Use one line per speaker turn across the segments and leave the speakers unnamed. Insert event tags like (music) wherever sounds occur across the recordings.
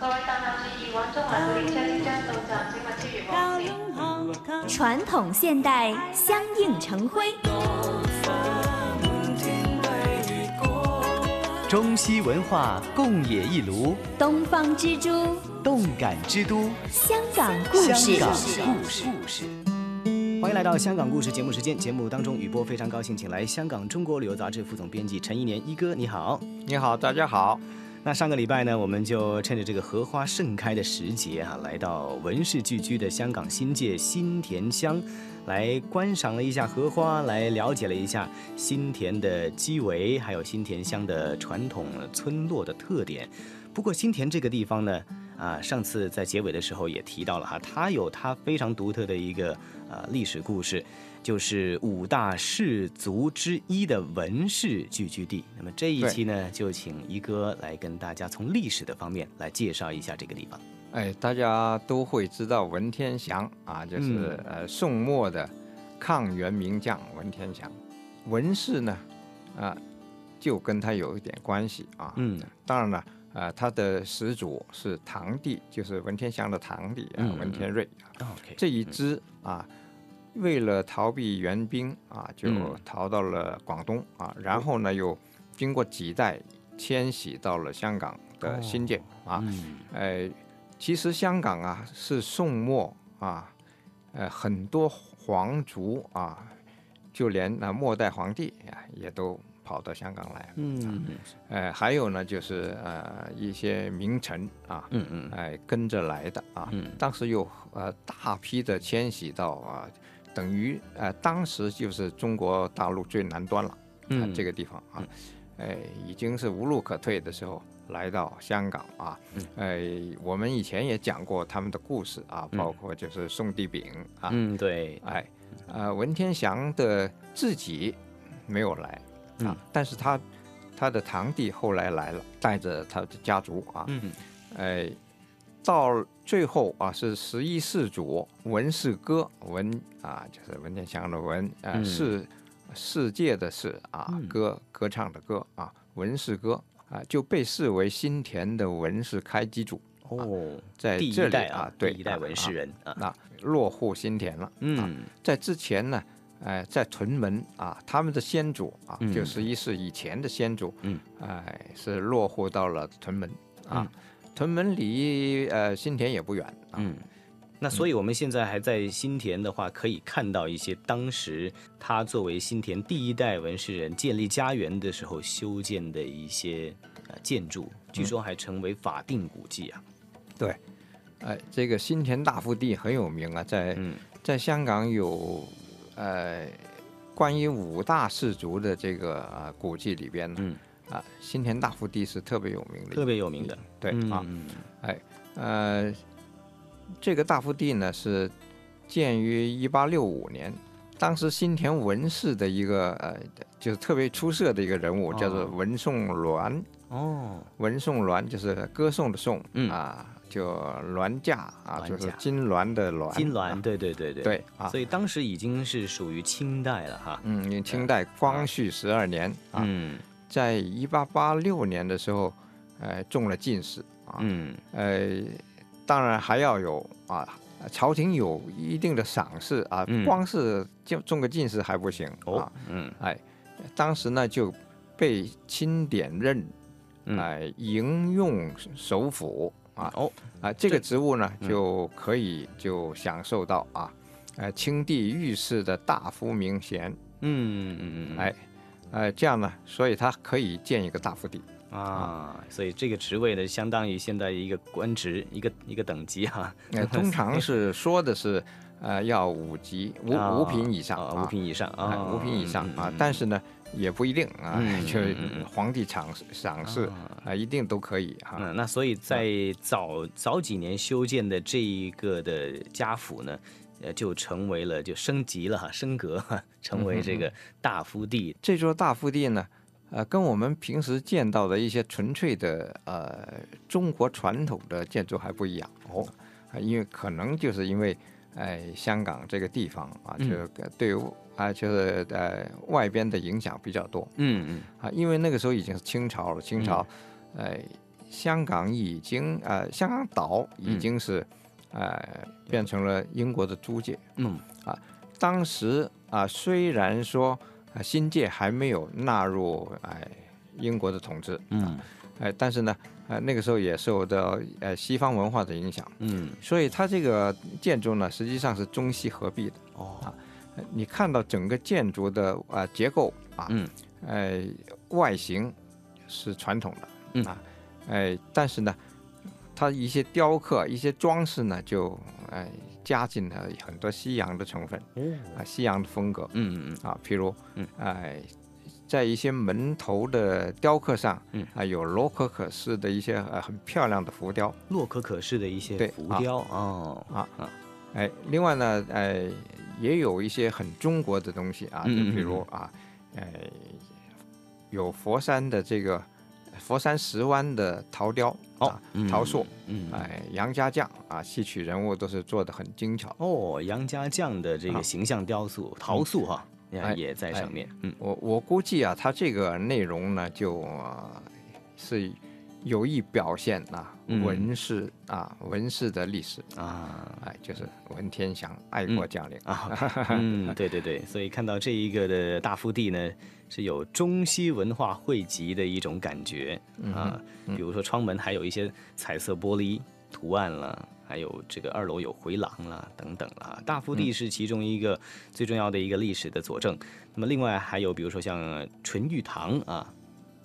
各位搭客注意，往中环古力车即將到站，請勿超越黃線。
传统现代相映成辉，
中西文化共冶一炉，
东方之珠，
动感之都，
香港故
香
事。
港故事。
欢迎来到《香港故事》节目时间。节目当中，雨波非常高兴请来香港《中国旅游杂志》副总编辑陈一年一哥，你好。
你好，大家好。
那上个礼拜呢，我们就趁着这个荷花盛开的时节啊，来到文饰俱居的香港新界新田乡，来观赏了一下荷花，来了解了一下新田的基围，还有新田乡的传统村落的特点。不过新田这个地方呢，啊，上次在结尾的时候也提到了哈，它有它非常独特的一个呃历史故事，就是五大氏族之一的文氏聚居地。那么这一
对
期呢，就请一哥来跟大家从历史的方面来介绍一下这个地方。
哎，大家都会知道文天祥啊，就是、
嗯
呃宋末的抗元名将文天祥。文氏呢，啊、就跟他有一点关系啊。
嗯
当然了，呃，他的始祖是堂弟，就是文天祥的堂弟啊，
嗯嗯
文天瑞啊。
，OK，
这一支啊，为了逃避援兵啊，就
嗯
逃到了广东啊，然后呢，又经过几代迁徙到了香港的新界、啊。
嗯
呃，其实香港啊是宋末啊，呃，很多皇族啊，就连那末代皇帝啊，也都跑到香港来。
嗯
呃，还有呢，就是呃一些名臣啊，
嗯嗯
哎、跟着来的啊。
嗯
当时有呃大批的迁徙到啊、等于呃当时就是中国大陆最南端了，啊
嗯
这个地方啊，哎、已经是无路可退的时候来到香港啊，
嗯
哎、我们以前也讲过他们的故事啊，包括就是宋帝昺啊，
嗯，对，
哎，呃，文天祥的自己没有来啊，
嗯
但是他他的堂弟后来来了，带着他的家族啊，
嗯
哎，到最后啊是十一世祖文世歌文啊，就是文天祥的文，呃，
嗯
世世界的世啊
嗯，
歌歌唱的歌啊，文世歌啊就被视为新田的文氏开基主，
哦，
在
第一
嗯这里
代
啊，
第
对，
一代文士
啊，
人啊，
那、落户新田了，啊
嗯
在之前呢，呃，在屯门啊，他们的先祖啊，
嗯
就十一世以前的先祖，
嗯，
哎、是落户到了屯门啊，屯门离呃新田也不远啊，
嗯，那所以我们现在还在新田的话，可以看到一些当时他作为新田第一代文士人建立家园的时候修建的一些呃建筑，据说还成为法定古迹啊。
对，哎、这个新田大福地很有名啊，在、
嗯
在香港有呃关于五大氏族的这个、呃、古迹里边呢，
嗯
啊，新田大福地是特别有名的一个，
特别有名的。
对啊，
嗯
呃，这个大福地呢是建于一八六五年，当时新田文氏的一个呃，就是特别出色的一个人物，叫做
哦
文颂鸾。
哦，
文颂鸾就是歌颂的颂、
嗯
啊，就鸾驾啊，
鸾
就是
驾
金銮的銮。
金
啊
銮，对对对对
对啊
所以当时已经是属于清代了哈。
嗯，因清代光绪十二年啊，
嗯
在一八八六年的时候，呃，中了进士啊，
嗯
呃，当然还要有啊，朝廷有一定的赏识啊，
嗯
光是就中个进士还不行、
哦
啊。
嗯
哎，当时呢就被钦点任
嗯
哎营用首辅啊
哦
啊，这个
这
职务呢
嗯
就可以就享受到啊，呃清帝御史的大夫名衔，
嗯嗯嗯
哎，呃这样呢，所以他可以建一个大府邸。
啊，所以这个职位呢，相当于现在一个官职，一个一个等级哈。 (laughs)
呃，通常是说的是，呃，要五级五五品以上
啊，
啊，
五品以上
哎
啊，
五品以上啊
嗯，
但是呢，也不一定啊
嗯，
就是
嗯嗯嗯
皇帝赏赏识啊，一定都可以哈。
嗯，那所以在早早几年修建的这一个的家府呢，呃，就成为了就升级了哈，升格哈，成为这个大夫地。
这座大福地呢，呃，跟我们平时见到的一些纯粹的呃中国传统的建筑还不一样哦，啊因为可能就是因为，哎，香港这个地方啊，就
嗯
是对啊，就是呃外边的影响比较多，
嗯嗯嗯
啊，因为那个时候已经是清朝了，清朝，哎、香港已经呃，香港岛已
嗯
经是、呃变成了英国的租界。啊
嗯
当时啊、虽然说、啊新界还没有纳入哎、英国的统治，
嗯
哎、但是呢，呃那个时候也受到呃西方文化的影响，
嗯，
所以它这个建筑呢，实际上是中西合璧的。
哦，
呃你看到整个建筑的啊、结构啊，
嗯，
呃外形是传统的，
嗯
啊，哎、但是呢，它一些雕刻、一些装饰呢，就哎、加进了很多西洋的成分啊，西洋的风格。
嗯嗯
啊，譬如，
嗯
哎、在一些门头的雕刻上，
嗯
啊，有罗可可式的一些呃很漂亮的浮雕，
洛可可式的一些
对
浮
啊
雕哦，
哎、另外呢，哎、也有一些很中国的东西啊，就
嗯嗯嗯
譬如啊，哎、有佛山的这个佛山石湾的陶雕，
哦
啊，
嗯
陶塑，
嗯，哎，
哎、杨家将啊，戏曲人物都是做的很精巧。
哦，杨家将的这个
啊
形象雕塑陶塑哈，
哎
也在
哎
上面，嗯
我我估计啊，它这个内容呢，就、呃是有意表现啊
嗯
文饰、啊文饰的历史，
啊。
哎，就是文天祥爱国将领、
啊，OK，嗯， (laughs) 对对对，所以看到这一个的大腹地呢，是有中西文化汇集的一种感觉啊。比如说窗门还有一些彩色玻璃图案了，还有这个二楼有回廊啦等等啦。大腹地是其中一个最重要的一个历史的佐证。那么另外还有比如说像纯玉堂啊，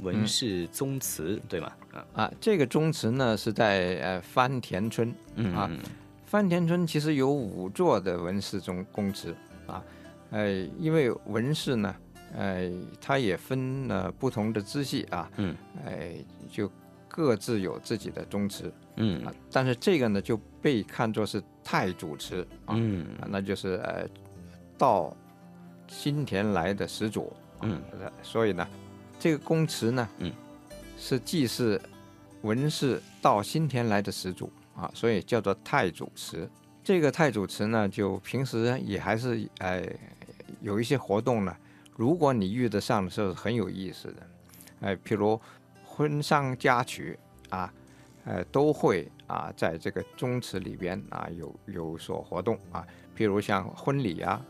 文氏宗祠、对吗？啊，
啊。这个宗祠呢是在呃番田村，
嗯
啊番田村其实有五座的文士中公祠啊，呃，因为文士呢，呃，它也分了不同的支系啊，
嗯，
呃，就各自有自己的宗祠。
嗯
啊，但是这个呢就被看作是太祖祠啊，
嗯
啊那就是呃到新田来的始祖，
嗯
呃所以呢，这个公祠呢，
嗯，
是祭祀文氏到新田来的始祖啊，所以叫做太祖祠。这个太祖祠呢，就平时也还是呃有一些活动呢，如果你遇得上的时候，很有意思的，呃，譬如婚丧嫁娶啊，呃，都会啊在这个宗祠里边啊有有所活动啊，譬如像婚礼啊，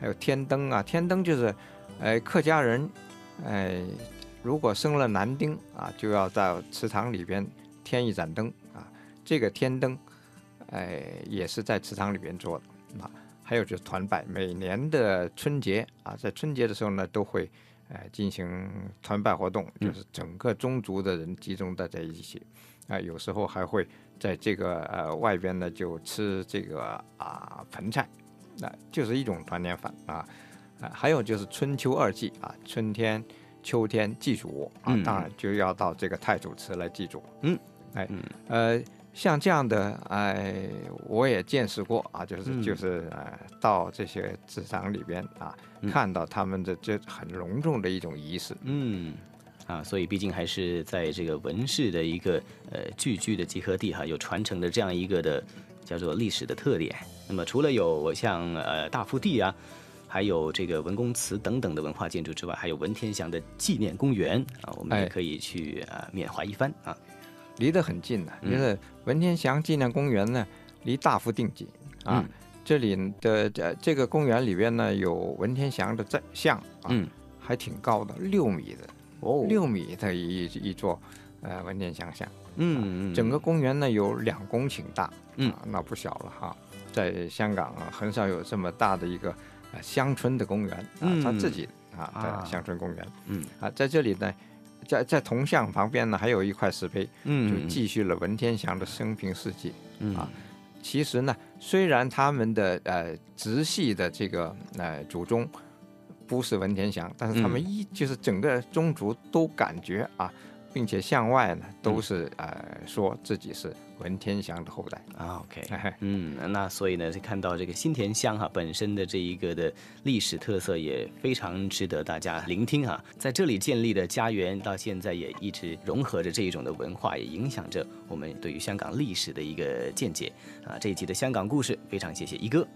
还有天灯啊，天灯就是，呃，客家人，呃，如果生了男丁啊，就要到祠堂里边添一盏灯啊，这个天灯，呃，也是在祠堂里边做的啊。还有就是团拜，每年的春节啊，在春节的时候呢，都会呃进行团拜活动，就是整个宗族的人集中在在一起啊、有时候还会在这个呃外边呢就吃这个啊盆菜，那、就是一种团年饭啊。啊，还有就是春秋二季啊，春天、秋天祭祖啊，
嗯
当然就要到这个太祖祠来祭祖。
嗯，
哎
嗯，
呃，像这样的，哎、我也见识过啊，就是、
嗯
就是呃，到这些祠堂里边啊，
嗯
看到他们的这很隆重的一种仪式。
嗯，啊，所以毕竟还是在这个文氏的一个呃聚居的集合地哈，有传承的这样一个的叫做历史的特点。那么除了有像呃大腹地啊，还有这个文公祠等等的文化建筑之外，还有文天祥的纪念公园啊，我们也
哎
可以去呃缅怀一番啊。
离得很近的、
嗯
就是文天祥纪念公园呢，离大福定近啊。
嗯
这里的呃这个公园里边呢，有文天祥的在像啊，
嗯
还挺高的，六米的，
哦
六米的一一座呃文天祥像。
嗯嗯
整个公园呢有两公顷大，
嗯
啊，那不小了哈。在香港啊，很少有这么大的一个呃乡村的公园啊，
嗯
他自己啊
啊
的乡村公园，
嗯
啊，在这里呢，在在铜像旁边呢还有一块石碑，就
嗯
记叙了文天祥的生平事迹。
嗯
啊其实呢，虽然他们的呃直系的这个呃祖宗不是文天祥，但是他们
嗯
一、就是整个宗族都感觉啊，并且向外呢都
嗯
是、呃说自己是文天祥的后代。 (laughs)
啊，OK，嗯，那所以呢，是看到这个新田乡哈、本身的这一个的历史特色也非常值得大家聆听哈、在这里建立的家园到现在也一直融合着这一种的文化，也影响着我们对于香港历史的一个见解啊。这一集的香港故事，非常谢谢一哥。